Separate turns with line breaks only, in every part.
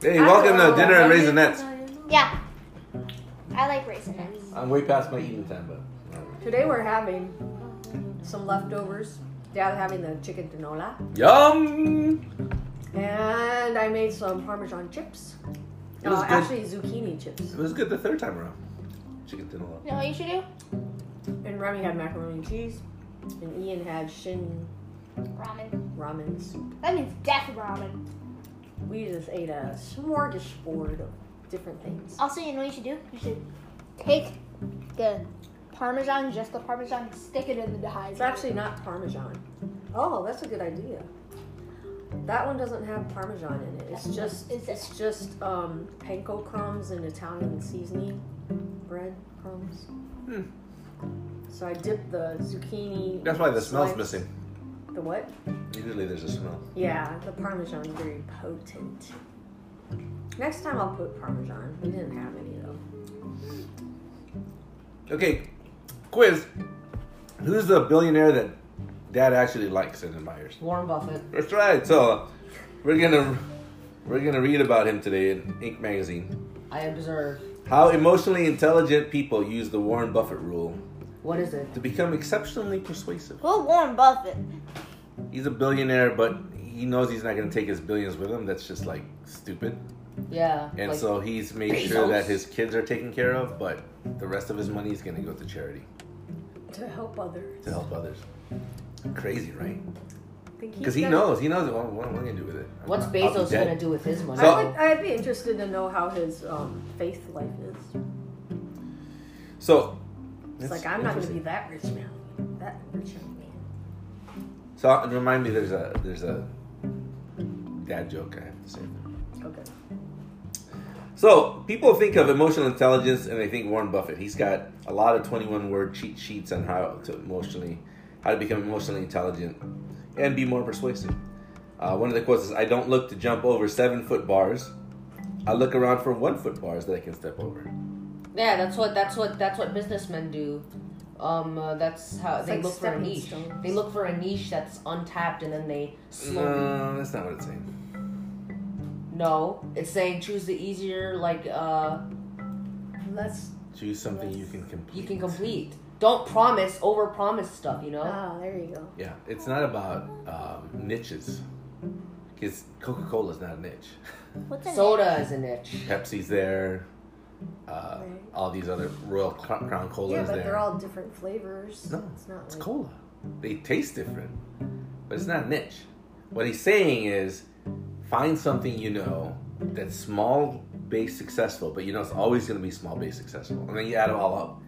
Hey, welcome to dinner and raisinets.
Yeah. I like raisinettes.
I'm way past my eating time, but.
Today we're having some leftovers. Dad's having the chicken tinola.
Yum.
And I made some Parmesan chips.
It was
Uh,
good.
actually, zucchini chips.
It was good the third time around. Chicken tinola.
You know what you should do?
And Remy had macaroni and cheese. And Ian had shin
Ramen.
ramen soup.
That means death ramen.
We just ate a smorgasbord of different things.
Also, you know what you should do? You should take the parmesan, just the parmesan, stick it in the
It's
dehydrator.
actually not Parmesan. Oh, that's a good idea. That one doesn't have Parmesan in it. It's just
Is it-
it's just um, panko crumbs and Italian seasoning bread crumbs.
Hmm.
So I dipped the zucchini.
That's why the smell's
sliced-
missing.
The what?
Usually there's a smell.
Yeah, the Parmesan's very potent. Next time I'll put Parmesan. We didn't have any though.
Okay, quiz. Who's the billionaire that Dad actually likes and admires?
Warren Buffett.
That's right. So we're gonna we're gonna read about him today in Inc. magazine.
I observe.
How emotionally intelligent people use the Warren Buffett rule
What is it?
to become exceptionally persuasive.
Who Warren Buffett?
He's a billionaire, but he knows he's not gonna take his billions with him. That's just like stupid.
Yeah.
And
like,
so he's made sure
Bezos.
that his kids are taken care of, but the rest of his money is gonna go to charity
To help others.
to help others. Crazy, right?
Think he's
Because he
gonna-
knows. He knows. Well, what am I gonna do with it?
what's
I'll be
Bezos
dead.
gonna do with his money?
So-
I'd, like, I'd be interested to know how his um, faith life is.
So
It's like I'm not gonna be that rich now. That rich young man.
So uh, remind me, there's a there's a dad joke I have to say.
Okay.
So people think of emotional intelligence and they think Warren Buffett. He's got a lot of 21 word cheat sheets on how to emotionally how to become emotionally intelligent and be more persuasive. Uh, one of the quotes is, "I don't look to jump over seven foot bars. I look around for one foot bars that I can step over."
yeah, that's what that's what that's what businessmen do. Um, uh, that's how
It's
they
like
look for a
stepping
niche.
stones.
They look for a niche that's untapped, and then they slow.
No, that's not what it's saying.
no, it's saying choose the easier, like uh,
Let's.
Choose something you can complete.
you can complete. Don't promise, over promise stuff. You know.
Oh.
Ah, there you go.
Yeah, it's not about um, niches. Because Coca Cola is not a niche.
What's in
Soda is a niche.
Pepsi's there. Uh,
Right.
All these other Royal Cro- Crown Colas
Yeah, but
there.
they're all different flavors.
No,
it's not.
it's
like,
cola. They taste different, but it's not niche. What he's saying is, find something you know that's small base successful, but you know it's always going to be small base successful, and then you add it all up.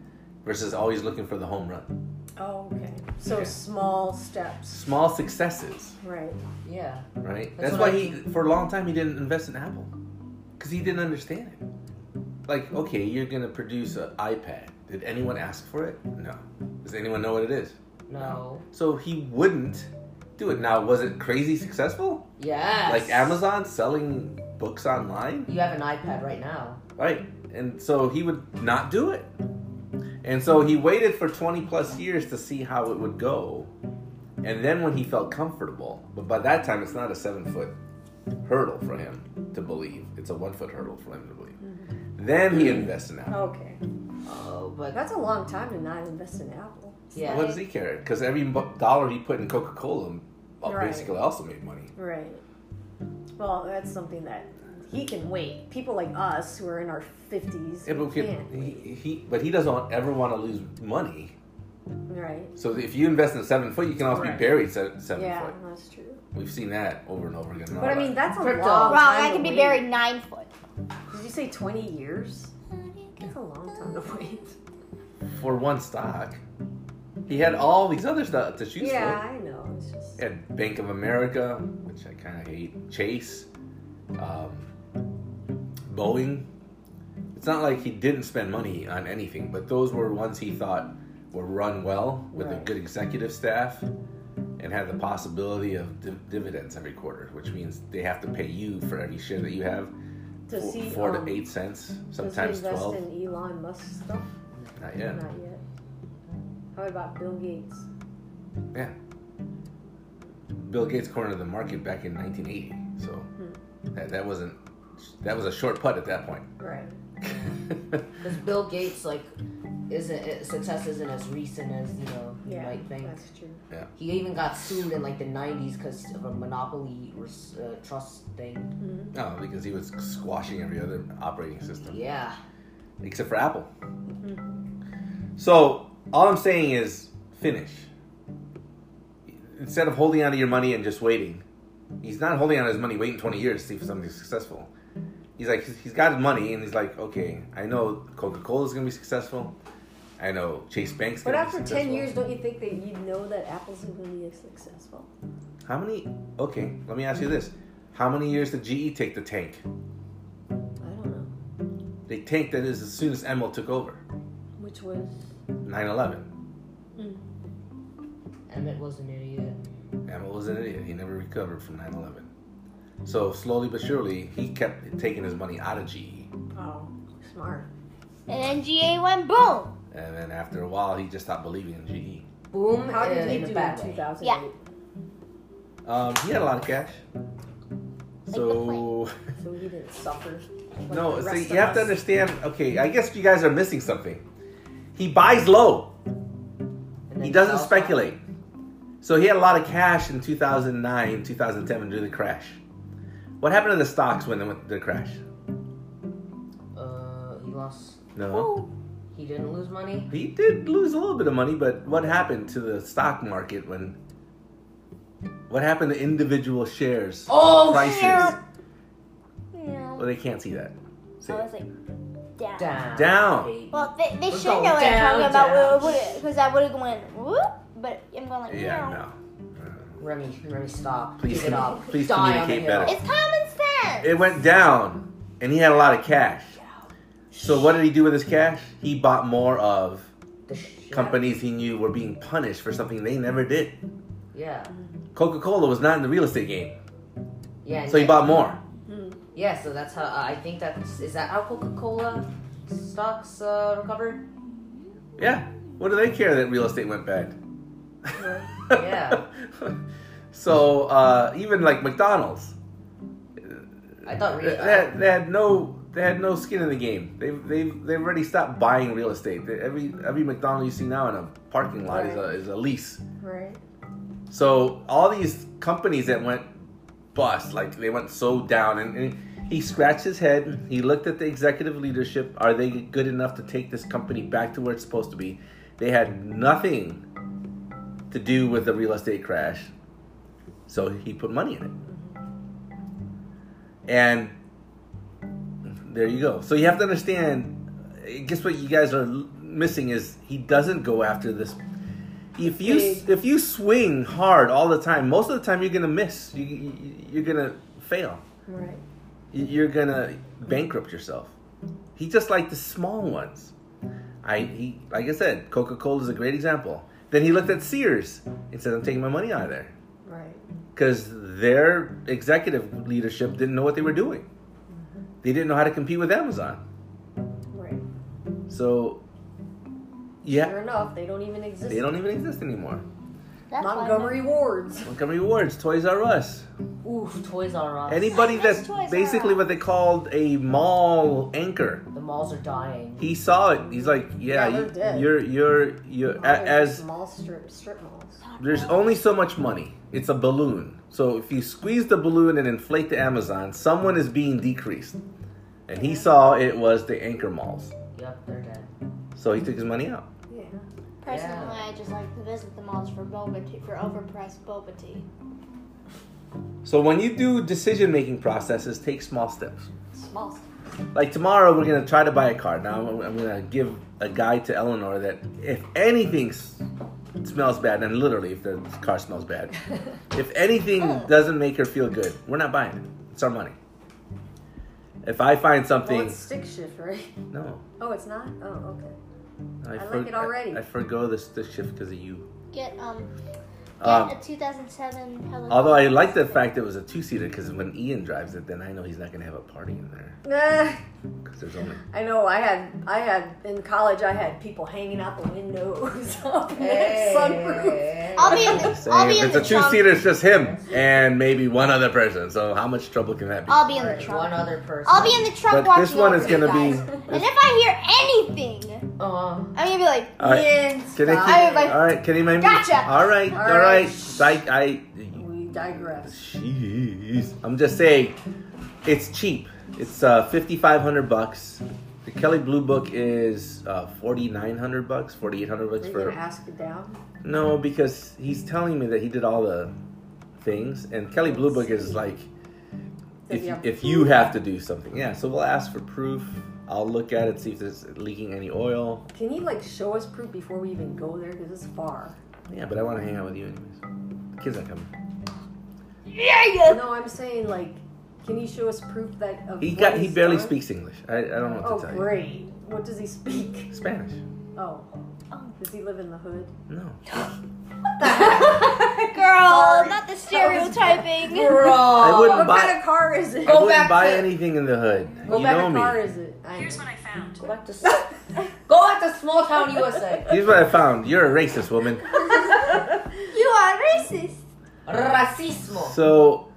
Versus always looking for the home run.
Oh, okay. So
Okay.
small steps.
Small successes,
Right.
Yeah.
right? That's,
That's
why
what I-
he, for a long time, he didn't invest in Apple, because he didn't understand it. Like, okay, you're gonna produce an iPad. Did anyone ask for it? No. Does anyone know what it is?
No.
So he wouldn't do it. Now, was it crazy successful?
Yes.
Like Amazon selling books online?
You have an iPad right now.
Right. And so he would not do it. And so he waited for 20 plus years to see how it would go. And then when he felt comfortable, but by that time, it's not a seven foot hurdle for him to believe, it's a one foot hurdle for him to believe.
Mm-hmm.
Then he invests in Apple.
Okay.
Oh, but
That's a long time to not invest in Apple.
yeah.
What does he care? Because every bu- dollar he put in Coca Cola
Right.
basically also made money.
Right. Well, that's something that he can wait. People like us who are in our fifties
Yeah, but, we
can't
could,
wait.
he, he, but he doesn't ever want to lose money.
Right.
So if you invest in seven foot, you can always
Right.
be buried seven, seven
Yeah,
foot.
that's true.
We've seen that over and over again. in
But
our
I mean,
life.
that's a
Crypto.
long
Wrong,
time.
I
to
can be
wait.
buried nine foot.
Did you say twenty years? That's a long time to wait.
for one stock, he had all these other stuff to choose
Yeah,
from.
I know. It's just
He had Bank of America, which I kind of hate. Chase, um, Boeing. It's not like he didn't spend money on anything, but those were ones he thought were run well with a
Right.
good executive staff and had the possibility of div- dividends every quarter, which means they have to pay you for every share that you have.
does
four,
he
four
um,
to eight cents,
does he
sometimes
invest
12.
in Elon Musk stuff?
Not yet.
Not yet. How about Bill Gates? Hmm.
Bill Gates cornered the market back in 1980, so that, that wasn't that was a short putt at that point.
Right.
Because Bill Gates, like, isn't it, success isn't as recent as you know you
Yeah.
might think.
That's true.
He even got sued in like the '90s because of a monopoly or uh, trust thing.
Mm-hmm.
no, because he was squashing every other operating system
Yeah,
except for Apple.
Hmm.
So all I'm saying is finish. Instead of holding on to your money and just waiting, he's not holding on to his money, waiting 20 years to see if something's successful. He's like, he's got his money, and he's like, okay, I know Coca Cola's gonna be successful. I know Chase Bank's
But
gonna be
after
successful.
ten years, don't you think that you know that Apple's going to be successful?
How many? Okay, let me ask you this: How many years did GE take the tank?
I don't know.
They tanked that is as soon as Emil took over,
Which was
9/11.
Emmett was an idiot.
Emil was an idiot. He never recovered from 9/11. So slowly but surely, he kept taking his money out of E. GE,
oh smart.
And NGA went boom.
and then after a while, he just stopped believing in E. GE.
Boom!
How did
in,
he
in
do
a
in
bad
two
way.
thousand
Yeah.
eight?
Um, he had a lot of cash. So
So he didn't suffer. like
no,
the
see,
rest
you
of
have to
us.
understand. Okay, I guess you guys are missing something. He buys low.
And
He
then
doesn't
fell.
speculate. So he had a lot of cash in 2009, 2010 when during the crash. What happened to the stocks when they went the crash?
Uh, he lost.
No.
He didn't lose money.
He did lose a little bit of money, but what happened to the stock market when what happened to individual shares
Oh,
prices?
yeah.
Well,
Yeah.
they can't see that. See
I
it.
was like, damn.
Down.
Down.
Well, they, they
We're
should know
going
what I'm
down,
talking about
down.
because I would have gone whoop, but I'm going like
Yeah,
no.
no.
Remy, Remy, stop.
Please
Give it
com-
up.
please
Die on the
communicate
hill.
better.
It's common sense.
It went down, and he had a lot of cash. So what did he do with his cash? He bought more of
The shit.
companies he knew were being punished for something they never did.
Yeah.
Coca Cola was not in the real estate game,
Yeah.
so he
yeah.
bought more.
Mm.
Yeah, so that's how uh, I think that's is that how Coca Cola stocks uh, recovered.
Yeah. What do they care that real estate went bad?
Yeah.
so uh, even like McDonald's,
I thought
they,
really.
they had, they had no they had no skin in the game. They they they've already stopped buying real estate. They- every every McDonald's you see now in a parking lot is a is a lease.
right.
So all these companies that went bust, like they went so down, and, and he scratched his head. He looked at the executive leadership. Are they good enough to take this company back to where it's supposed to be? They had nothing to do with the real estate crash, so he put money in it. And there you go. So you have to understand. I Guess what you guys are l- missing is he doesn't go after this. If you
Big.
if you swing hard all the time, most of the time you're gonna miss. You, you you're gonna fail.
Right.
You- You're gonna bankrupt yourself. He just liked the small ones. I he like I said, Coca Cola is a great example. Then he looked at Sears and said, "I'm taking my money out of there."
Right.
because their executive leadership didn't know what they were doing. They didn't know how to compete with Amazon.
Right.
So, yeah,
Sure enough, they don't even exist.
they don't even exist anymore.
That's why
Montgomery Wards.
Montgomery Wards, Toys R Us,
Oof, Toys R Us.
anybody
I miss
that's
Toys R
basically
Us.
what they called a mall anchor.
the malls are dying.
He saw it. He's like, yeah,
Yeah, they're dead.
you, you're, you're, you're, a- as
Oh, small strip strip malls.
There's only so much money. It's a balloon. So if you squeeze the balloon and inflate the Amazon, someone is being decreased. And he saw it was the anchor malls.
Yep, they're dead.
So he took his money out.
Yeah.
Personally,
Yeah.
I just like to visit the malls for boba tea, for overpriced boba tea.
So when you do decision making processes, take small steps.
Small. strip.
Like tomorrow, we're going to try to buy a car. Now I'm, I'm going to give a guide to Eleanor that if anything s- smells bad, and literally if the car smells bad, if anything
Oh.
doesn't make her feel good, we're not buying it. It's our money. If I find
Well,
something,
it's stick shift, right?
no,
Oh, it's not. Oh, okay.
I,
like it already.
I, I forgo this, this shift because of you.
Get um,
Um,
Get a 2007 Pelican.
Although I like the fact it was a two seater because when Ian drives it, then I know he's not going to have a party in there
Ah,
because there's only.
I know. I had, I had in college. I had people hanging out the windows up in
Hey.
the sunroof.
I'll be in the,
Say
I'll be in
if it's
the
a two
trunk.
seater, it's just him and maybe one other person. So how much trouble can that be?
I'll be in the
Alright, one
trunk.
other person.
I'll be in the trunk
But
watching
this one
over
is
you
gonna be-
guys. And if I hear anything,
Um,
I'm gonna be like,
All right.
Yeah,
Can I
stop.
I was like,
all right, can you mind me?
Gotcha.
All right, all
All
right.
right.
Psych, I.
we digress.
Jeez. I'm just saying, it's cheap. It's uh, 5,500 bucks. The Kelly Blue Book is uh, 4,900 bucks, 4,800
Are
bucks
you
for.
gonna ask it down?
No, because he's telling me that he did all the things, and Kelly Blue Book is like,
Does
if,
he have
if you have to do something, yeah. So we'll ask for proof. I'll look at it, see if there's leaking any oil.
Can you like show us proof before we even go there? Because it's far.
Yeah, but I want to hang out with you anyways. The kids aren't coming.
yeah, yeah.
No, I'm saying like, can you show us proof that of
He
what
got. He
he's
barely
done?
speaks English. I, I don't know what
Oh
to tell
great! What does he speak?
you. Spanish.
Oh, does he live in the hood?
No.
Girl,
Sorry.
not the
was
stereotyping.
bro.
I wouldn't
What
buy-
kind of car is it?
I
Go
wouldn't
back
buy
to-
anything in the hood.
What
you
kind
know
of
me.
car is it? I
Here's what I found.
Go back to s- go back to small town USA.
Here's what I found. You're a racist woman.
You are racist.
Racismo.
So,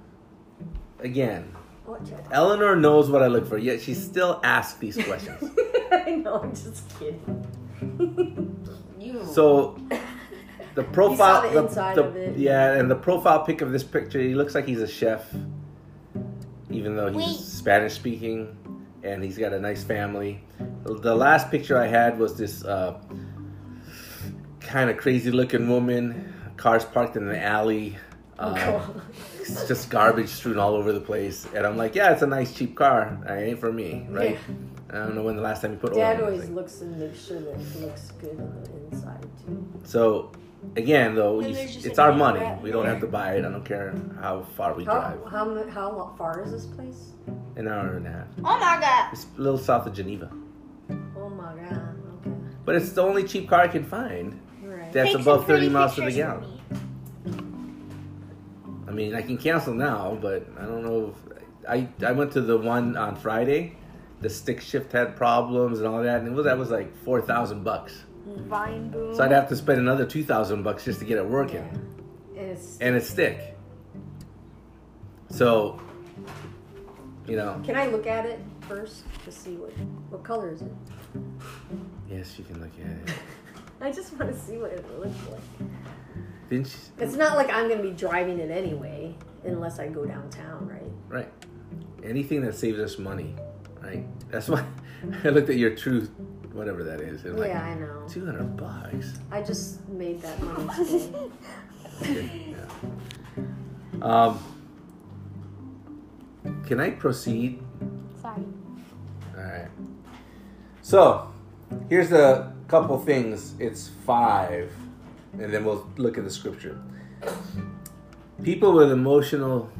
again,
What?
Eleanor knows what I look for, yet she still asks these questions.
I know. I'm just kidding.
You.
So
Oh
the profile,
the inside of it.
yeah, and the profile pic of this picture, he looks like he's a chef, even though he's
Wait.
Spanish speaking, and he's got a nice family. The last picture I had was this uh, kind of crazy looking woman, cars parked in an alley.
Oh,
Uh,
Go
it's just garbage strewn all over the place, and I'm like, yeah, it's a nice cheap car. It ain't for me, right? I don't know when the last time you put
on.
oil. in
Dad
this
always
thing.
looks and makes sure that it looks good on the inside too.
So, again, though,
And
you-
there's just
it's
a
our
big
money.
rat
We don't have to buy it. I don't care how far we
How
drive.
how mu- how lo- far is this place?
An hour and a half.
Oh my god.
It's a little south of Geneva.
Oh my god. Okay.
But it's the only cheap car I can find
All right.
that's
Take some
above
pretty
30 miles to the
pictures for
gallon.
me.
I mean, I can cancel now, but I don't know if. I, I went to the one on Friday. The stick shift had problems and all that, and it was that was like four thousand bucks.
Vine boom.
So I'd have to spend another two thousand bucks just to get it working.
And it's.
and it's thick. So, you know,
Can I look at it first to see what what color is it?
yes, you can look at it.
I just want to see what it looks like.
Didn't she?
It's not like I'm gonna be driving it anyway, unless I go downtown, right?
Right. Anything that saves us money, right? That's why I looked at your truth, whatever that is. And
yeah,
like,
I know.
200 bucks.
I just made that money today.
Um, can I proceed?
Sorry.
All right. So, here's a couple things. It's five, and then we'll look at the scripture. People with emotional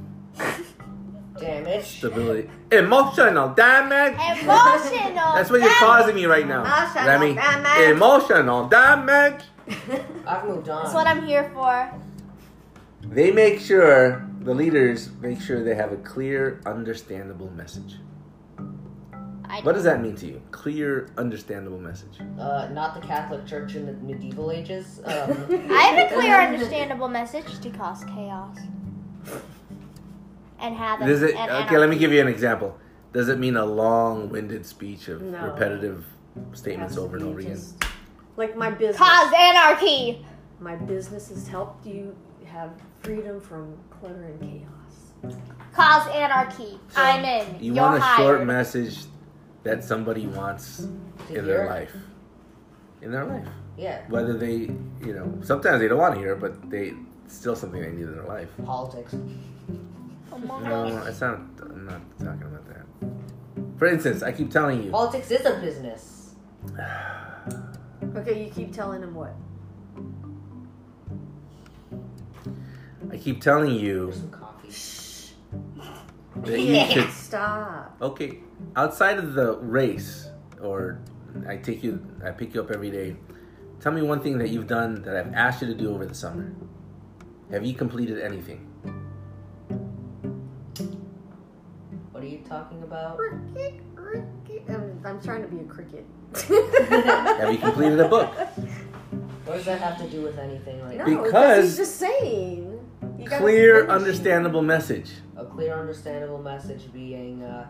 Damn it.
stability, emotional damage.
Emotional.
That's what you're causing me right now.
Emotional
I mean,
damage.
emotional damage.
I've moved on.
That's what I'm here for.
They make sure the leaders make sure they have a clear, understandable message.
I
What does that mean to you? Clear, understandable message.
uh, not the Catholic Church in the medieval ages. Um,
I have a clear, understandable message to cause chaos and have
Does it?
and
Okay, let me give you an example. Does it mean a long-winded speech of
No.
repetitive
It has
statements
to
over and
be
over again?
just- Like my business.
cause anarchy.
My business has helped you have freedom from clutter and chaos.
Cause anarchy. I'm in.
You
You're
want a
hired.
short message that somebody wants
to
in
hear-
their life. In their life.
Yeah,
Whether they, you know, sometimes they don't want to hear it, but they it's still something they need in their life.
politics.
Oh my
No, it's not. I'm not talking about that. For instance, I keep telling you,
Politics is a business.
Okay, you keep telling him what?
I keep telling you
Here's some coffee.
that you should.
Stop.
Okay, outside of the race, or I take you, I pick you up every day. Tell me one thing that you've done that I've asked you to do over the summer. Have you completed anything?
What are you talking about?
Cricket, cricket. I'm, I'm trying to be a cricket.
Have you completed a book?
What does that have to do with anything right
No,
now?
because
Because-
he's just saying. You gotta
Clear,
finish.
understandable message.
A clear, understandable message being, uh,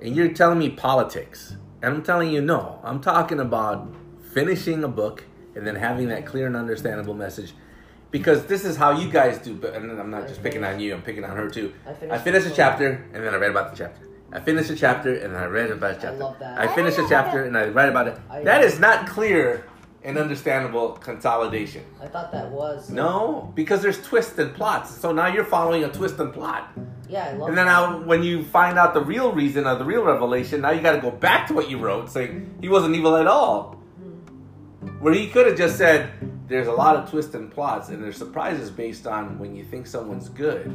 And you're telling me politics. And I'm telling you, no. I'm talking about finishing a book and then having that clear and understandable message. Because this is how you guys do, but and I'm not just picking on you, I'm picking on her too.
I finished,
I finished a
the
chapter and then I read about the chapter. I finished a chapter and I read about the
book. I
chapter.
love that.
I finished a chapter and I read about it.
I-
That is not clear and understandable consolidation.
I thought that was.
No, because there's twists and plots. So now you're following a twist and plot.
Yeah, I love
And then
that.
now, when you find out the real reason or the real revelation, now you got to go back to what you wrote, saying he wasn't evil at all. Where he could have just said, "There's a lot of twists and plots, and there's surprises based on when you think someone's good,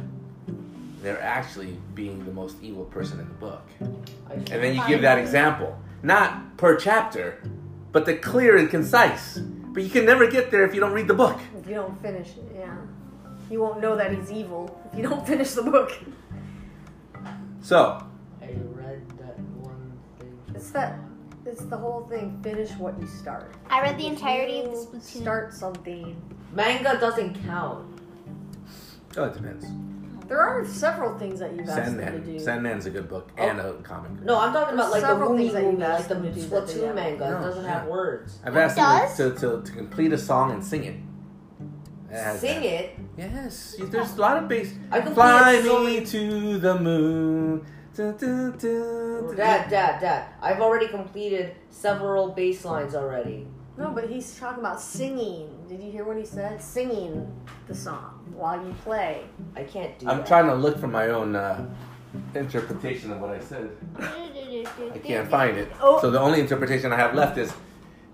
they're actually being the most evil person in the book."
I,
And then you give that example, not per chapter, but the clear and concise. But you can never get there if you don't read the book.
If you don't finish it, yeah. You won't know that he's evil if you don't finish the book.
So
I read that one thing.
It's that- It's the whole thing. Finish what you start.
I read the entirety of the
You
Splatoon.
Start something.
Manga doesn't count.
oh, it depends.
There are several things that you've asked them to
Sandman.
do.
Sandman's a good book and a comic.
No, I'm talking about like
There's
the
several
Woomy
things that you
Woomy, like
asked
the
them to do that they
Splatoon
haven't.
manga.
No,
it doesn't
yeah.
have words.
I've
It
asked
does?
him to, to, to complete a song and sing it. It has
Sing
that.
it.
Yes, you- there's a lot of bass.
I can
Fly
play a
me to the moon. Du- du- du- du-
Dad, dad, dad. I've already completed several bass lines already.
No, but he's talking about singing. Did you hear what he said? Singing the song while you play.
I can't do
I'm
that.
trying to look for my own uh, interpretation of what I said. I can't find it.
Oh.
So the only interpretation I have left is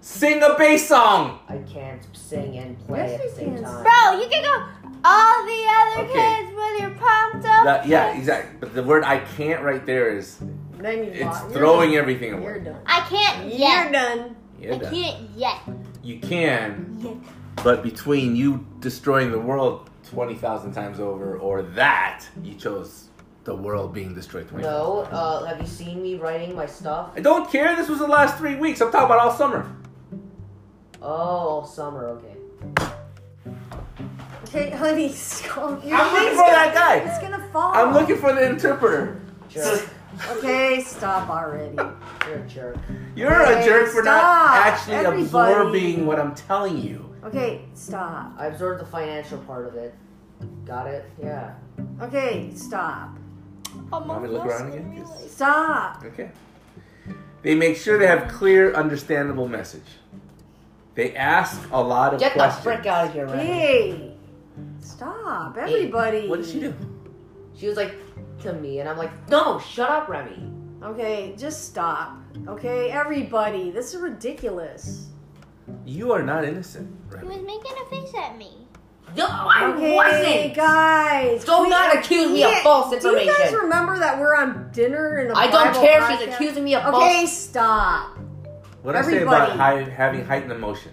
sing a bass song.
I can't sing and play
Yes,
at
you
the same
can.
time.
Bro, you can go all the other
Okay.
kids with your pumped up.
That- yeah, exactly. But the word I can't right there is
Then you.
it's
lost.
throwing everything
You're, you're
away.
done.
I can't
You're
yet.
done.
Yeah,
I
that-
can't yet.
You can,
Yet.
But between you destroying the world 20,000 times over or that, you chose the world being destroyed 20,000
No, uh, have you seen me writing my stuff?
I don't care. This was the last three weeks. I'm talking about all summer.
Oh, all summer, okay.
Okay, honey, calm. Your
I'm looking
thing's
for
gonna-
that guy.
It's gonna fall.
I'm looking for the interpreter.
Jerk,
Okay, stop already.
you're a jerk.
You're a
Hey,
jerk for not
stop,
actually
everybody.
absorbing what I'm telling you.
Okay, stop.
I absorbed the financial part of it. Got it? Yeah.
Okay, stop.
Want me to look around again?
Stop.
Okay. They make sure they have clear, understandable message. They ask a lot of
Get the
questions.
frick out of here, Ren.
Hey, stop, everybody.
What did she do?
She was like, to me, and I'm like, no, shut up, Remy.
Okay, just stop. Okay, everybody, this is ridiculous.
You are not innocent.
He
Remy.
was making a face at me.
No, I
Okay,
wasn't.
guys.
Don't
we-
not accuse me of
Yeah,
false
Do you guys
information.
remember that we're on dinner and I
I don't care. She's accusing me of false.
Okay, stop.
What I say about
Everybody.
high, having heightened emotion.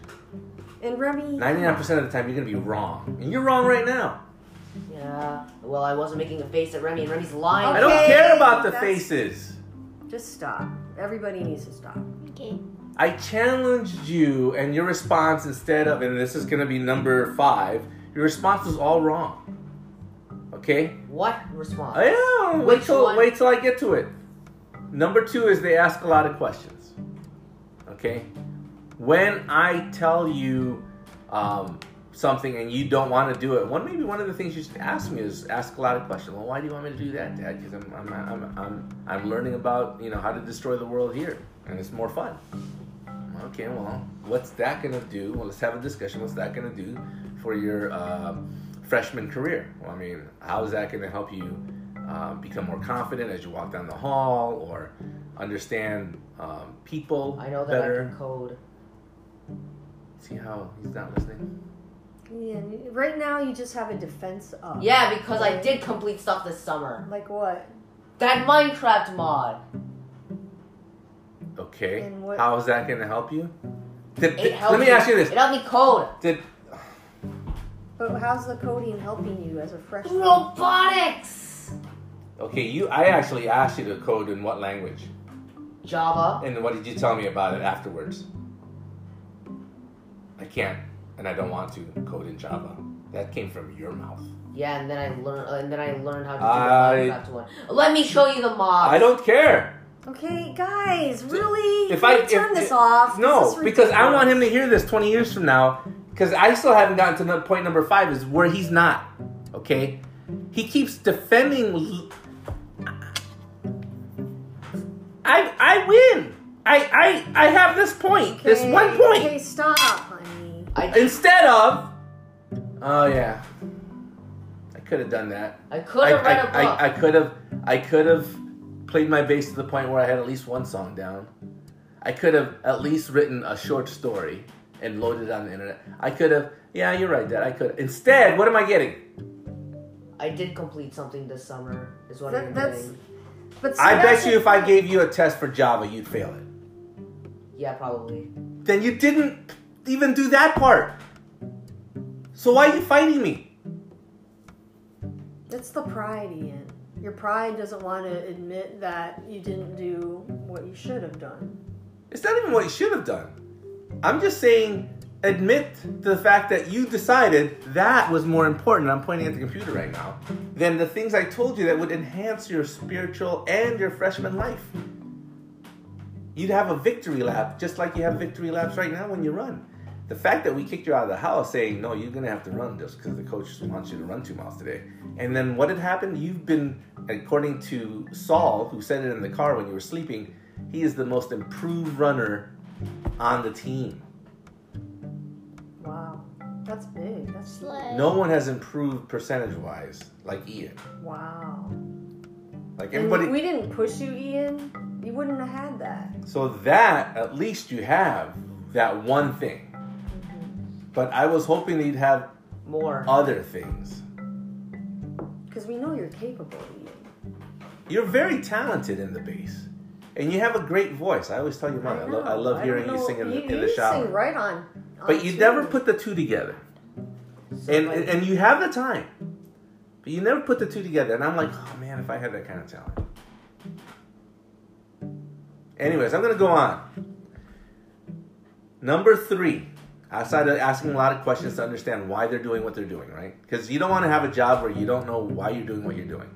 And Remy.
99% of the time, you're going to be wrong. And you're wrong right now.
Yeah. Well, I wasn't making a face at Remy, and Remy's lying.
I don't
Okay,
care about the
that's-
faces.
Just stop. Everybody needs to stop.
Okay.
I challenged you, and your response instead of, and this is going to be number five, your response was all wrong. Okay?
What response?
I don't know. Wait
Which
till,
one?
wait till I get to it. Number two is they ask a lot of questions. Okay? When I tell you um, something and you don't want to do it, one maybe one of the things you should ask me is ask a lot of questions. Well, why do you want me to do that, Dad? Because I'm, I'm, I'm, I'm, I'm learning about you know how to destroy the world here, and it's more fun. Okay, well, what's that gonna do? Well, let's have a discussion. What's that gonna do for your uh, freshman career? Well, I mean, how is that gonna help you uh, become more confident as you walk down the hall, or understand um, people
I know that I
better?
can code.
See how he's not listening.
Yeah, right now you just have a defense up.
Yeah, because I did complete stuff this summer.
Like what?
That Minecraft mod.
Okay,
And what-
how is that gonna help you? Did-
It
let
helped
me ask you this:
It helped me code.
Did
But how's the codeine helping you as a freshman?
Robotics!
Okay, you. I actually asked you to code in what language,
Java.
and what did you tell me about it afterwards? I can't, and I don't want to code in Java. That came from your mouth.
Yeah, and then I learned, and then I learned how to do
I-
it. Back to one. Let me show you the mob.
I don't care.
Okay, guys, really?
If
Can
I-
we turn
if-
this off. This
No,
is
because I want
ridiculous.
him to hear this 20 years from now. Because I still haven't gotten to the point number five is where he's not. Okay, he keeps defending. l- I I win. I I I have this point. This
Okay,
one point.
Okay, stop, honey.
I,
Instead of. Oh yeah. I could have done that.
I could have read a book.
I, I, I could have. I could have played my bass to the point where I had at least one song down. I could have at least written a short story and loaded it on the internet. I could have. Yeah, you're right, Dad. I could. Instead, what am I getting?
I did complete something this summer. Is what
That-
I'm
that's-
doing.
But see,
I
that's
bet you
the
if I
thing.
gave you a test for Java, you'd fail it.
Yeah, probably.
Then you didn't even do that part. So why are you fighting me?
It's the pride, Ian. Your pride doesn't want to admit that you didn't do what you should have done.
It's not even what you should have done. I'm just saying, admit to the fact that you decided that was more important. I'm pointing at the computer right now. Than the things I told you that would enhance your spiritual and your freshman life. You'd have a victory lap, just like you have victory laps right now when you run. The fact that we kicked you out of the house saying, no, you're going to have to run just because the coach wants you to run two miles today. And then what had happened? You've been, according to Saul, who said it in the car when you were sleeping, he is the most improved runner on the team.
Wow, that's big. That's
Slay.
No one has improved percentage wise like Ian.
wow.
Like
And
everybody.
we didn't push you, Ian. You wouldn't have had that.
So that at least you have that one thing. But I was hoping that you'd have
More.
other things.
Because we know you're capable, Ian.
You're very talented in the bass, and you have a great voice. I always tell your mom, I, lo- I love
don't
hearing you
know.
sing in the,
You-
in the
you
shower.
Sing right on. on
But you
tune.
never put the two together.
So
And,
I-
and and you have the time. But you never put the two together. And I'm like, oh man, if I had that kind of talent. Anyways, I'm gonna go on. Number three, outside of asking a lot of questions to understand why they're doing what they're doing, right? Because you don't want to have a job where you don't know why you're doing what you're doing.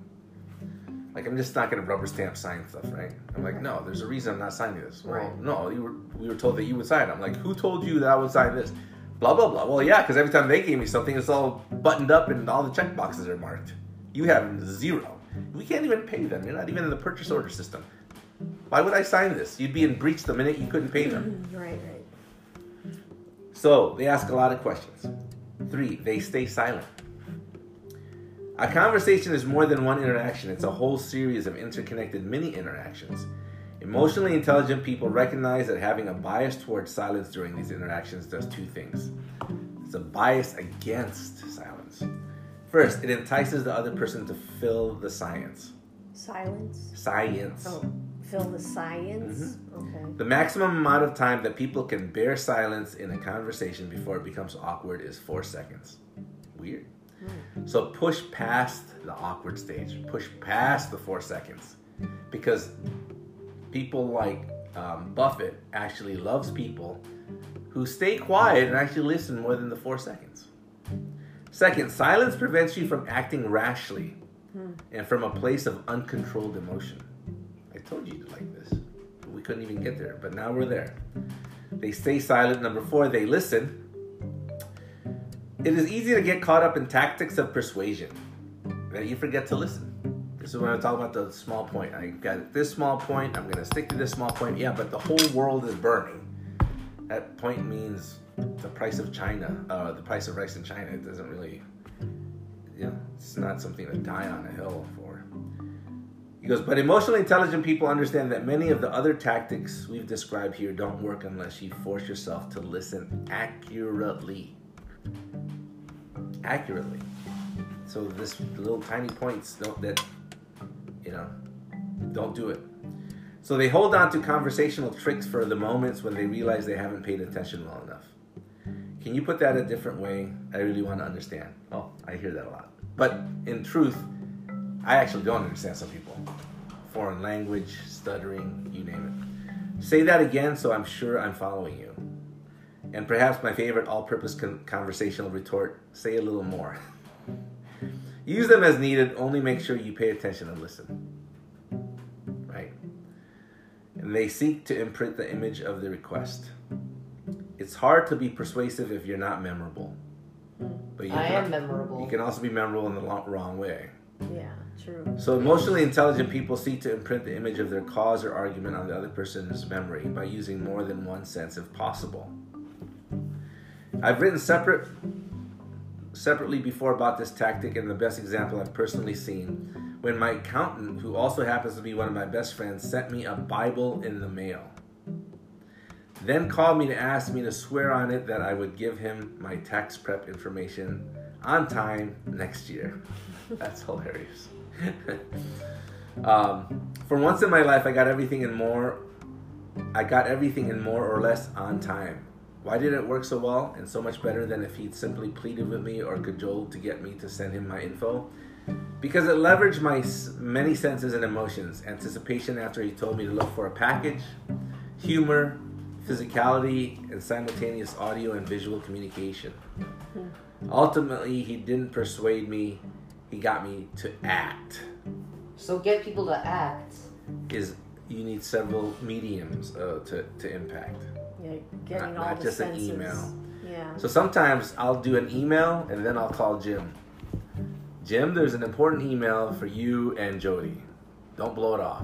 Like I'm just not gonna rubber stamp sign stuff, right? I'm like, no, there's a reason I'm not signing this. Well,
Right.
no, you were, we were told that you would sign. it. I'm like, who told you that I would sign this? Blah blah blah. Well, yeah, because every time they gave me something, it's all buttoned up and all the check boxes are marked. You have zero. We can't even pay them. You're not even in the purchase order system. Why would I sign this? You'd be in breach the minute you couldn't pay them.
Right, right.
So they ask a lot of questions. Three, they stay silent. A conversation is more than one interaction, it's a whole series of interconnected mini interactions. Emotionally intelligent people recognize that having a bias towards silence during these interactions does two things it's a bias against silence. First, it entices the other person to fill the science.
Silence.
Science.
Oh, fill the science. Okay.
The maximum amount of time that people can bear silence in a conversation before it becomes awkward is four seconds. Weird. So push past the awkward stage, push past the four seconds. Because people like um, Buffett actually loves people who stay quiet and actually listen more than the four seconds. Second, silence prevents you from acting rashly and from a place of uncontrolled emotion. I told you to like this. We couldn't even get there, but now we're there. They stay silent. Number four, they listen. It is easy to get caught up in tactics of persuasion that you forget to listen. This is when I talk about the small point. I got this small point. I'm gonna stick to this small point. Yeah, but the whole world is burning. That point means the price of China, uh, the price of rice in China. It doesn't really, you know, it's not something to die on a hill for. He goes, but emotionally intelligent people understand that many of the other tactics we've described here don't work unless you force yourself to listen accurately. Accurately. So this little tiny points don't that you know don't do it. So they hold on to conversational tricks for the moments when they realize they haven't paid attention well enough. Can you put that a different way? I really want to understand. Oh, I hear that a lot. But in truth, I actually don't understand some people. Foreign language, stuttering, you name it. Say that again so I'm sure I'm following you. And perhaps my favorite all purpose con- conversational retort say a little more. Use them as needed, only make sure you pay attention and listen. Right? And they seek to imprint the image of the request. It's hard to be persuasive if you're not memorable. But
Hmm. I
can-
am memorable.
you can also be memorable in the lo- wrong way.
Yeah, true.
So, emotionally intelligent people seek to imprint the image of their cause or argument on the other person's memory by using more than one sense if possible. I've written separate separately before about this tactic and the best example I've personally seen when my accountant who also happens to be one of my best friends sent me a bible in the mail. Then called me to ask me to swear on it that I would give him my tax prep information on time next year. That's hilarious. um, for once in my life, I got everything and more. I got everything and more or less on time. Why did it work so well and so much better than if he'd simply pleaded with me or cajoled to get me to send him my info? Because it leveraged my s- many senses and emotions. Anticipation after he told me to look for a package, humor, physicality, and simultaneous audio and visual communication. Ultimately, he didn't persuade me, he got me to act.
so get people to act.
Is you need several mediums uh, to, to impact.
Yeah, getting
Not-
all
not
the
just an
senses.
email.
Yeah.
So sometimes I'll do an email and then I'll call Jim. Jim, there's an important email for you and Jody. Don't blow it off.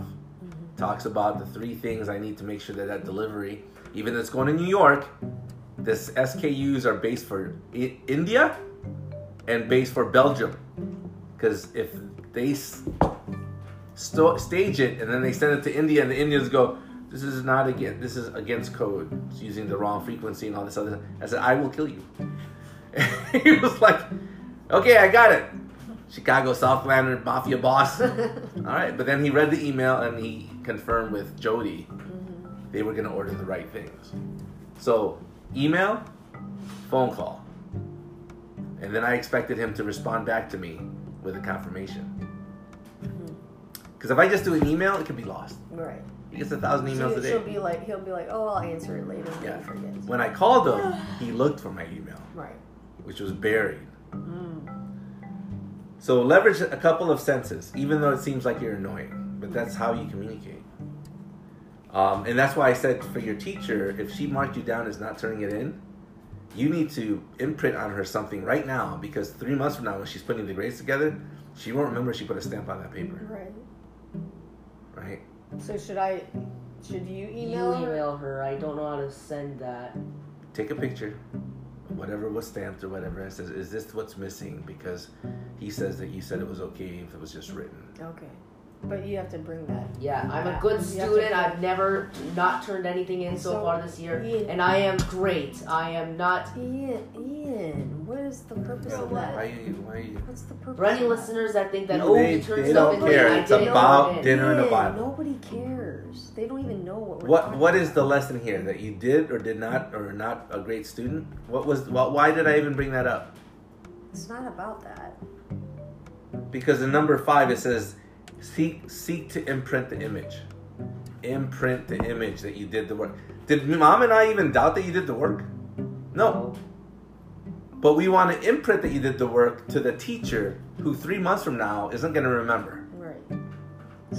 Talks about the three things I need to make sure that that delivery, even though it's going to New York, this SKUs are based for I- India and based for Belgium. Because if they s- sto- stage it and then they send it to India and the Indians go, this is not again. This is against code. It's using the wrong frequency and all this other. I said, I will kill you. he was like, okay, I got it. Chicago Southlander mafia boss. all right, but then he read the email and he confirmed with Jody they were going to order the right things. So email, phone call, and then I expected him to respond back to me with a confirmation. Because if I just do an email, it could be lost.
Right.
He gets a thousand emails
She,
a day.
she'll be like, he'll be like, oh, I'll answer it later. when
Yeah.
he forgets.
When I called him, he looked for my email,
Right.
which was buried. So leverage a couple of senses, even though it seems like you're annoying, but that's how you communicate. Um, and that's why I said for your teacher, if she marked you down as not turning it in, you need to imprint on her something right now because three months from now, when she's putting the grades together, she won't remember she put a stamp on that paper,
Right.
right?
So should I? Should you email?
you
her?
email her. I don't know how to send that.
take a picture of whatever was stamped or whatever and says is this what's missing because he says that you said it was okay if it was just written
Okay. But you have to bring that.
Yeah, I'm
Yeah.
a good
You have to
student.
do
I've never not turned anything in so,
So,
far this year,
Ian.
and I am great. I am not.
Ian, Ian, what is the purpose
Bro,
of
what?
that?
why you why you
What's the purpose?
For any
of that?
listeners that think that
They-
oh, he
they
turned stuff
don't
in,
care.
I
It's
didn't
about
turn it in.
dinner and a
Ian,
Bible.
Nobody cares. They don't even know what we're
what
talking
what is the
about.
lesson here that you did or did not or not a great student what was what, why did i even bring that up
It's not about that.
because in number five it says seek seek to imprint the image imprint the image that you did the work did mom and i even doubt that you did the work no But we want to imprint that you did the work to the teacher who three months from now isn't going to remember
Right.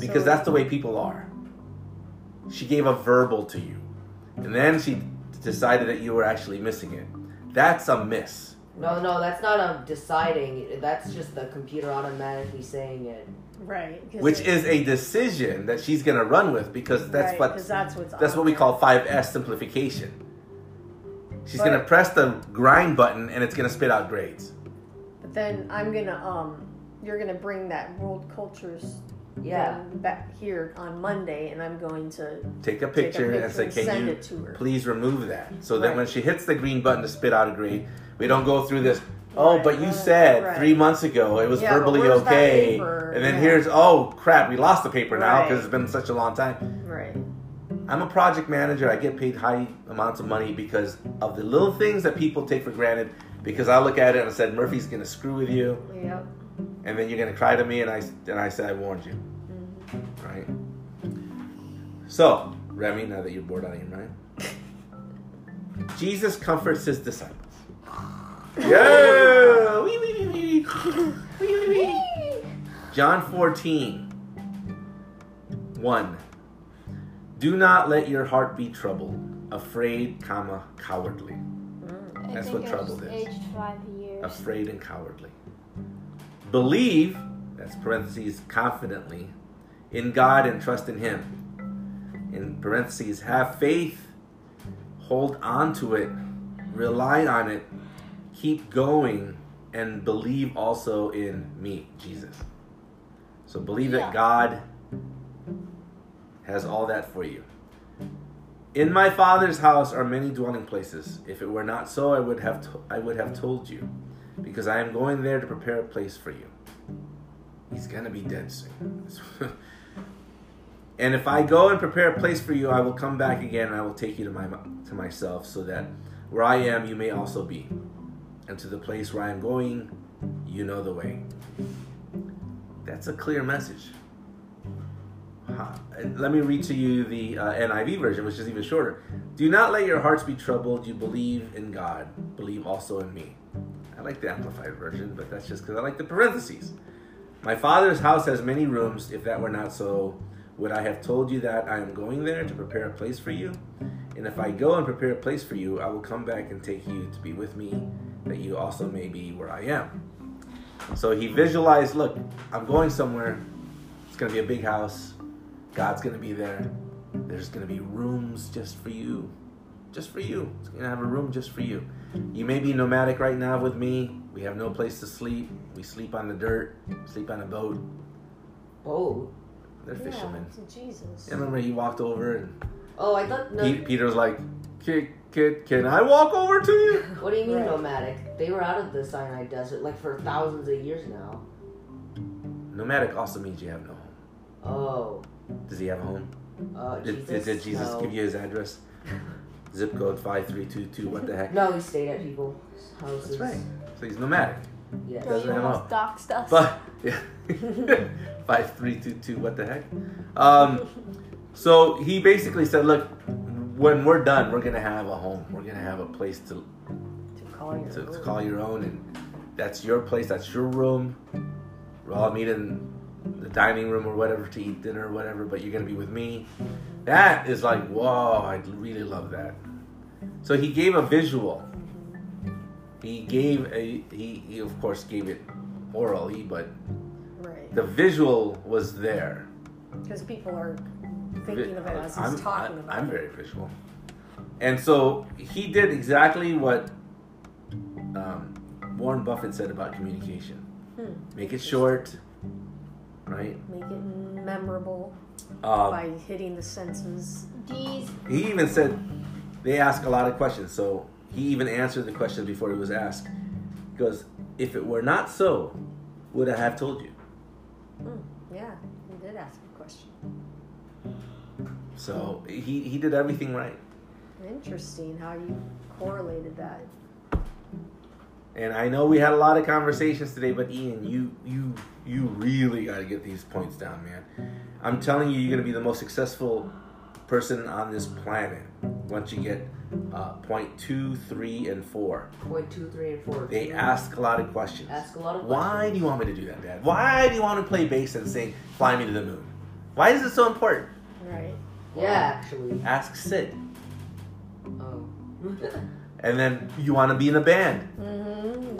because
So-
that's the way people are. She gave a verbal to you, and then she decided that you were actually missing it. That's a miss.
No, no, that's not a deciding. That's just the computer automatically saying it.
right. 'cause
Which
it-
is a decision that she's going to run with because that's
right, 'cause
what
that's what's
that's
on
what we
there.
call 5S simplification. She's
But-
going to press the grind button and it's going to spit out grades.
But then I'm gonna um, you're gonna bring that world cultures
Yeah.
thing back here on Monday, and I'm going to
Take a
take a
picture,
picture
and say, "Can
send
you
it to her.
please remove that so that
Right.
when she hits the green button to spit out a green we don't go through this oh
Right,
but you
right,
said
right.
three months ago it was
Yeah, but
verbally
where's that
okay
paper?
and then
Yeah.
here's oh crap we lost the paper now
Right.
because it's been such a long time
Right.
i I'm a project manager. I get paid high amounts of money because of the little things that people take for granted. Because I look at it and I said, Murphy's gonna screw with you,
Yep.
and then you're gonna cry to me, and I and I said I warned you,
Mm-hmm.
right? So, Remy, now that you're bored out of your mind, Jesus comforts his disciples. Yeah. Wee, wee, wee, wee. Wee, wee, wee. John 14, 1. Do not let your heart be troubled, afraid, comma, cowardly.
I
That's
think
what
I
trouble
was
is.
Aged five years.
Afraid and cowardly. Believe, that's parentheses, confidently, in God and trust in Him. In parentheses, have faith, hold on to it, rely on it, keep going, and believe also in me, Jesus. So believe
Yeah.
that God has all that for you. In my father's house are many dwelling places. If it were not so, I would have to- I would have told you, because I am going there to prepare a place for you. He's gonna be dead soon. and if I go and prepare a place for you, I will come back again, and I will take you to my to myself, so that where I am, you may also be, and to the place where I am going, you know the way. That's a clear message. Ha- Let me read to you the uh, NIV version, which is even shorter. Do not let your hearts be troubled. You believe in God. Believe also in me. I like the Amplified version, but that's just because I like the parentheses. My father's house has many rooms. If that were not so, would I have told you that I am going there to prepare a place for you? And if I go and prepare a place for you, I will come back and take you to be with me, that you also may be where I am. So he visualized look, I'm going somewhere. It's going to be a big house. God's going to be there. There's going to be rooms just for you. Just for you. It's going to have a room just for you. You may be nomadic right now with me. We have no place to sleep. We sleep on the dirt, sleep on a boat.
Oh.
They're fishermen.
Jesus.
I remember he walked over and
Oh, I thought no.
Pe- Peter's like, kid, kid, can I walk over to you?
What do you mean
Right.
nomadic? They were out of the Sinai desert like for thousands of years now.
Nomadic also means you have no home.
Oh,
Does he have a home?
uh, Jesus.
Did, did, did Jesus
no.
give you his address? Zip code 5322, what the heck?
No, he stayed at people's houses.
That's right. So he's nomadic.
Yes.
Bro,
doesn't
you
have
almost doxed us.
But yeah, five three two two. What the heck? Um, so he basically said, "Look, when we're done, we're gonna have a home. We're gonna have a place to
To call your
to, to
own.
call your own, and that's your place. That's your room. We'll all meet in the dining room or whatever to eat dinner or whatever. But you're gonna be with me. That is like, whoa! I really love that. So he gave a visual. He gave a he, he of course gave it orally, but
Right.
the visual was there.
Because people are thinking of it as he's
I'm-
talking
I-
about
I'm
it.
very visual. And so he did exactly what um, Warren Buffett said about communication
Hmm.
make it short, right?
Make it memorable
Um,
by hitting the senses.
These
he even said they ask a lot of questions. So he even answered the question before he was asked. He goes, If it were not so, would I have told you?
Yeah, you did ask a question.
So he, he did everything right.
Interesting how you correlated that.
And I know we had a lot of conversations today, but Ian, you you you really got to get these points down, man. I'm telling you, you're gonna be the most successful person on this planet once you get uh, point two, three, and four.
Point two, three, and four. Mm-hmm.
They ask a lot of questions.
Ask a lot of
Why do you want me to do that, Dad? Why do you want to play bass and sing "Fly Me to the Moon"? Why is it so important?
Right.
Yeah, actually.
Ask Sid.
Oh.
And then you want to be in a band.
Mm-hmm.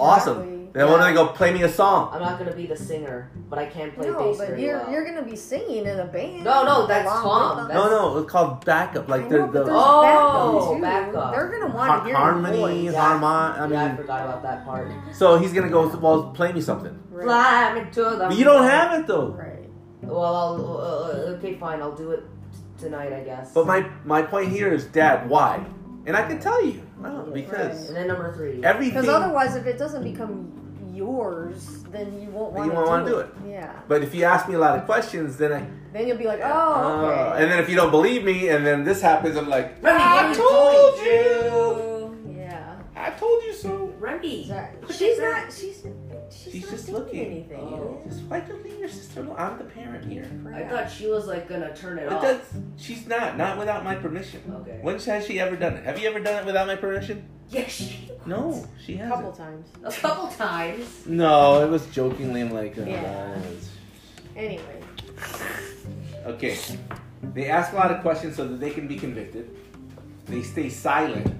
Awesome. Then what do they go? Play me a song.
I'm not gonna be the singer, but I can play
No,
bass
but
very
you're
well.
you're gonna be singing in a band.
No, no, that's
along
Tom.
with them.
Oh, That's-
No, no, it's called backup.
I
Like
know,
the
but
the.
there's
Oh,
backup, too.
backup.
They're gonna want to
Har-
hear
harmonies,
Your voice.
Yeah.
harmon. I mean,
yeah, I forgot about that part.
so he's gonna go. Well, play me something.
Right.
Fly me to the.
But you don't have it though.
Right.
Well, I'll. Uh, okay, fine. I'll do it t- tonight, I guess.
But my my point here is, Dad, why? And I can tell you, well, because
and then number three.
everything.
Because otherwise, if it doesn't become yours, then you won't
Then
want
you
to
won't wanna
do,
do
it. Yeah.
But if you ask me a lot of questions, then I.
Then you'll be like, oh, okay.
Oh, and then if you don't believe me, and then this happens, I'm like,
Remy, what are
I
you
told
doing?
you.
yeah.
I told you so.
Remy.
Sorry. She's not. She's. She's,
She's
not
just
doing
looking.
Anything.
Oh.
Just why don't leave your sister alone? I'm the parent here.
I thought she was like gonna turn it
But
off.
that's she's not not without my permission.
Okay.
When has she ever done it? Have you ever done it without my permission?
Yeah, she
No, she
a
hasn't.
couple times.
a couple times.
No, it was jokingly. I'm like, oh,
Yeah.
guys.
Anyway.
okay. They ask a lot of questions so that they can be convicted. They stay silent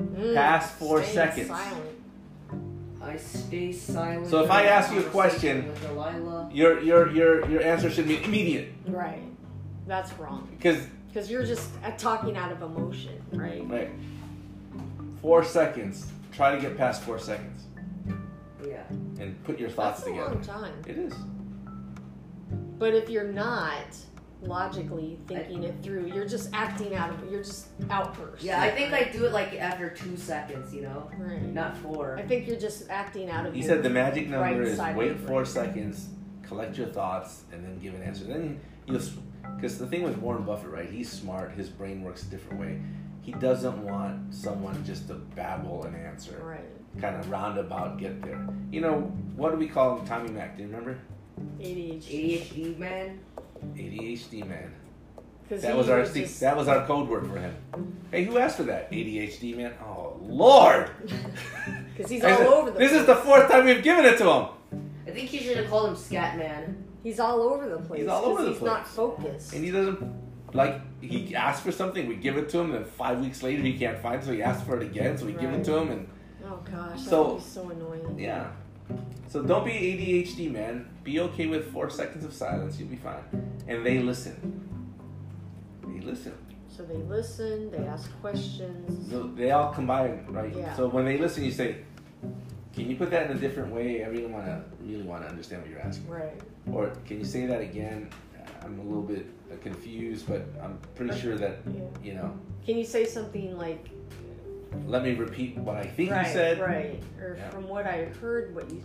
Mm.
past four
Staying
seconds.
silent.
I stay silent.
So if I
during
ask you a
conversation
question-
with Delilah,
Your your your your answer should be immediate
Right. That's wrong.
because
Because you're just uh, talking out of emotion, right?
right. Four seconds. Try to get past four seconds
yeah,
and put your thoughts
That's a
together.
long time.
It is.
But if you're not logically thinking it through, you're just acting out of. You're just outbursts.
yeah, I think I do it like after two seconds, you know,
Right.
not four.
I think you're just acting out of.
He
your-
said the magic number
Right
is
side of
wait
your
four
brain.
seconds, collect your thoughts, and then give an answer. Then you'll, because the thing with Warren Buffett, right? He's smart. His brain works a different way. He doesn't want someone just to babble an answer,
Right.
kind of roundabout get there. You know what do we call Tommy Mac? Do you remember?
ADHD.
ADHD man.
ADHD man.
'Cause
That
he
was our
was
se-
just-
that was our code word for him. Hey, who asked for that? ADHD man. Oh Lord!
Because he's all over the.
this
place.
is the fourth time we've given it to him.
I think you should have called him Scat man.
He's all over the place.
He's all
'cause
over the
he's not
place.
focused.
And he doesn't like he asks for something, we give it to him, and five weeks later he can't find, it, so he asks for it again, so we give it to him, and
oh gosh, that
So-
would be so annoying.
yeah. So don't be ADHD, man. Be okay with four seconds of silence. You'll be fine. And they listen. They listen.
So they listen. They ask questions.
So they all combine, right?
Yeah.
So when they listen, you say, "Can you put that in a different way? I really want to really want to understand what you're asking."
Right.
Or can you say that again? I'm a little bit uh, confused, but I'm pretty sure that
Yeah.
you know.
Can you say something like?
Let me repeat what I think
right,
you said.
Right. Or
Yeah.
from what I heard, what you,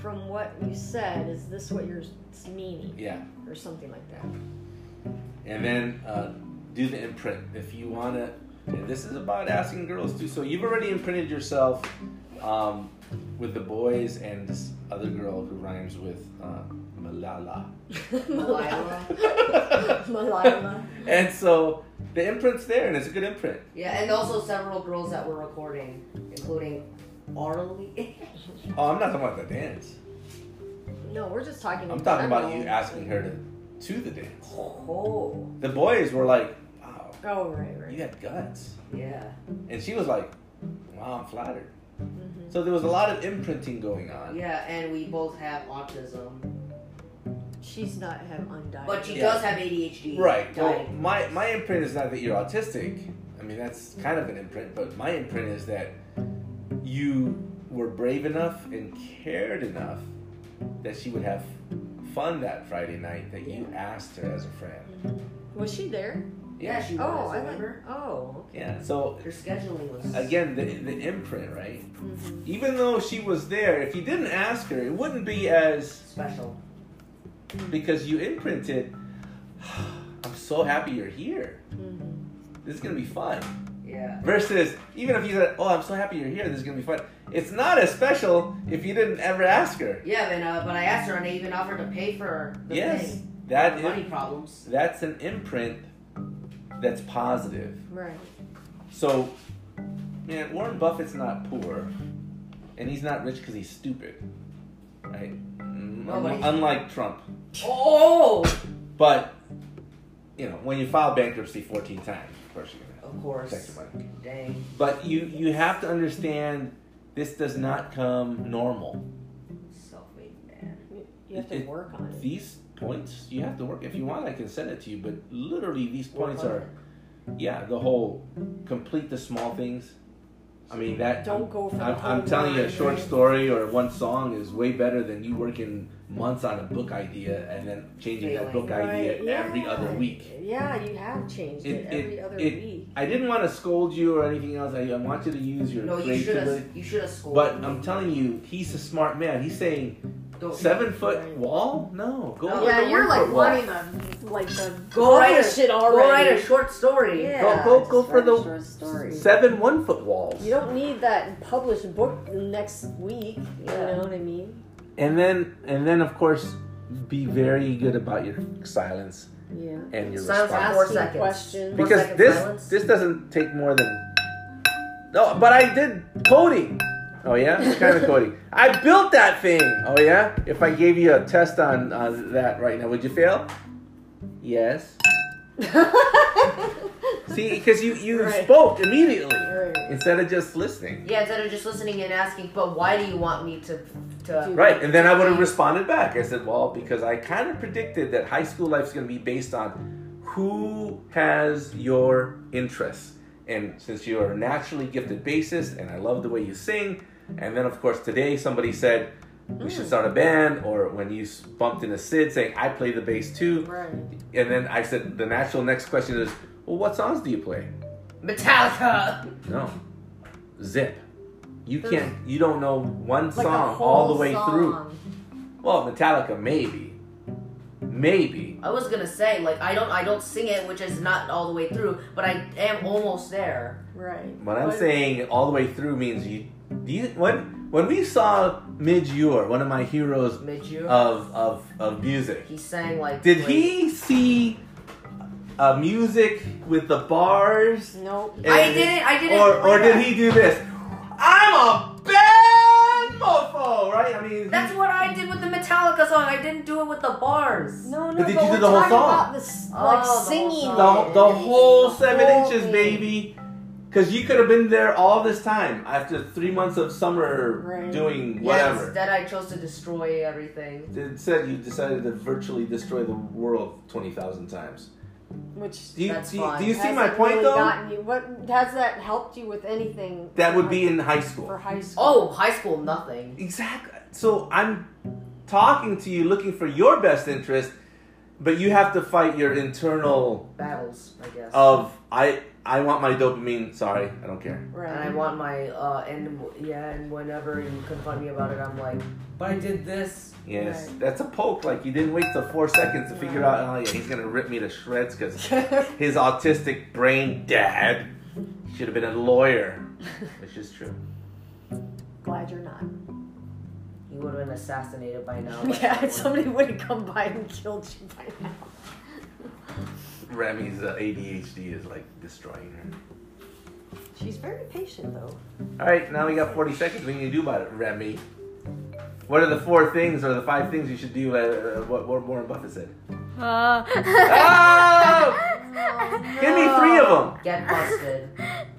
from what you said, is this what you're s- meaning,
Yeah,
or something like that?
and then uh, do the imprint if you want to. This is about asking girls too. So you've already imprinted yourself um, with the boys and this other girl who rhymes with uh, Malala.
Delilah.
Malima.
and so the imprint's there, and it's a good imprint.
yeah, and also several girls that were recording, including Arlie.
Oh, I'm not talking about the dance.
No, we're just talking.
I'm talking about
general.
you asking her to to the dance.
oh,
The boys were like, "Wow,
Oh right, right.
you had guts,"
yeah.
and she was like, "Wow, I'm flattered."
Mhm.
So there was a lot of imprinting going on.
Yeah, and we both have autism.
She's not have undiagnosed.
But she
Yeah.
does have ADHD.
Right. Well,
Diet.
my my imprint is not that you're autistic. I mean, that's kind of an imprint, but my imprint is that you were brave enough and cared enough that she would have fun that Friday night that you asked her as a friend.
Mm-hmm. was she there?
Yeah, she was.
Oh, I
remember.
remember. Oh, okay.
Yeah. So
Her scheduling was.
again, the the imprint, right?
Mhm.
Even though she was there, if you didn't ask her, it wouldn't be as
Special.
because you imprinted. I'm so happy you're here.
Mhm.
This is gonna be fun.
Yeah.
Versus, even if you said, "Oh, I'm so happy you're here. This is gonna be fun." It's not as special if you didn't ever ask her.
Yeah, and, uh, but I asked her and I even offered to pay for the
Yes,
thing.
that
Money
is,
problems.
that's an imprint that's positive.
Right.
So, man, Warren Buffett's not poor, and he's not rich because he's stupid, right? Mm,
No, but he's-
Unlike Trump,
Oh!
but you know, when you file bankruptcy 14 times, of course you're gonna
Of course.
check your money.
Dang.
But you you have to understand this does not come normal.
Self made man.
You have to
It-
work on it.
these points you have to work if you want i can send it to you but literally these points
Work on
are yeah the whole complete the small things I mean that.
Don't go for the
I'm,
whole
I'm telling you, a
line,
short
right?
story or one song is way better than you working months on a book idea and then changing that book idea
Right, yeah.
every other week.
Yeah, you have changed it,
It- it-
every other
it-
week.
I didn't want to scold you or anything else. I, I want you to use your
No, you should
creativity.
have. You should have scored.
But um, I'm telling you, he's a smart man. He's saying
Don't-
seven foot wall? No, go
No,
with
yeah,
the one
you're like
foot wall.
wanting the like the
Go write a-
greatest shit already.
Go write a short story.
yeah,
go-
just
go for
write a
the-
short story.
seven one foot walls.
You don't need that published book next week. You
Yeah.
know what I mean?
And then and then of course be very good about your silence
Yeah.
and your response.
Silence Four after-
Asking
seconds.
questions.
Four
because
seconds
this
silence.
this doesn't take more than No, but I did coding. Oh yeah? What kind of coding? I built that thing. Oh yeah? If I gave you a test on, on that right now, would you fail? Yes. See, because you, you
Right.
spoke immediately
Right.
instead of just listening.
Yeah, instead of just listening and asking, but why do you want me to to?
Right, and then I would have responded back. I said, "Well, because I kind of predicted that high school life's going to be based on who has your interests, and since you are a naturally gifted bassist, and I love the way you sing, and then of course today somebody said we should
Mm.
start a band, or when you s- bumped into Sid saying I play the bass too,
Right.
and then I said the natural next question is, well, what songs do you play?
Metallica.
No, zip. You can't. You don't know one
Like a
song all the
whole
way through.
song.
Well, Metallica, maybe, maybe.
I was gonna say like I don't I don't sing it, which is not all the way through, but I am almost there.
Right.
What I'm
But-
saying all the way through means you. you when when we saw Midjure, one of my heroes
Mid June.
of of of music,
he sang like.
Uh, did
like-
he see a music with the bars?
Nope.
I didn't. I didn't.
Or or did he do this? I'm a bad mofo, right? I mean, he-
That's what I did with the Metallica song. I didn't do it with the bars.
No, no.
But did you do
we're
the whole
talking
song?
About this,
Oh,
like
the whole
singing.
song.
the, the whole seven
Whole
inches,
thing.
baby. Because you could have been there all this time after three months of summer
Right.
doing
Yeah,
whatever.
instead I chose to destroy everything.
it said you decided to virtually destroy the world 20,000 times.
Which
Do you,
That's
do you,
fine.
do you see
hasn't
my point,
really
though?
Gotten you. What has that helped you with anything?
that would be
like,
in high
for
school.
high school.
Oh, high school, nothing.
Exactly. So I'm talking to you looking for your best interest, but you have to fight your internal
Battles, I guess.
of, I, I want my dopamine. Sorry, I don't care.
right.
and I want my uh, and yeah, and whenever you confront me about it, I'm like, but I did this.
Yes,
Right.
that's a poke. Like you didn't wait till four seconds to figure out. Oh yeah, he's gonna rip me to shreds because his autistic brain dad should have been a lawyer, which is true.
Glad you're not.
You would have been assassinated by now. by
Yeah,
someone.
somebody would have come by and killed you by now.
Remy's uh, ADHD is like destroying her.
She's very patient though.
All right, now we got forty seconds. What can you do about it, Remy? What are the four things or the five things you should do? Uh, uh, what, what Warren Buffett said. Oh! Give me three
Oh.
of them.
Get busted.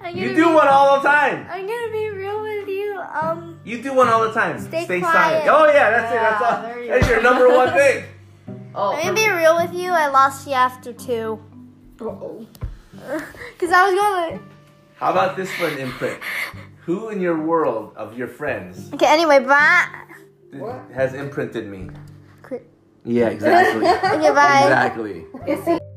I'm
You
gonna
do
be-
one all the time.
I'm gonna be real with you. Um,
You do one all the time.
Stay quiet.
silent. Oh yeah, that's
Yeah,
it. That's all.
there you
that's
go.
your number one thing.
Oh,
I'm gonna be real with you. I lost you after two. Cause I was going.
How about this one, imprint? Who in your world of your friends
To... Okay. Anyway, bye.
did- has imprinted me?
Cri-
Yeah, exactly.
Okay, bye.
exactly.
it's the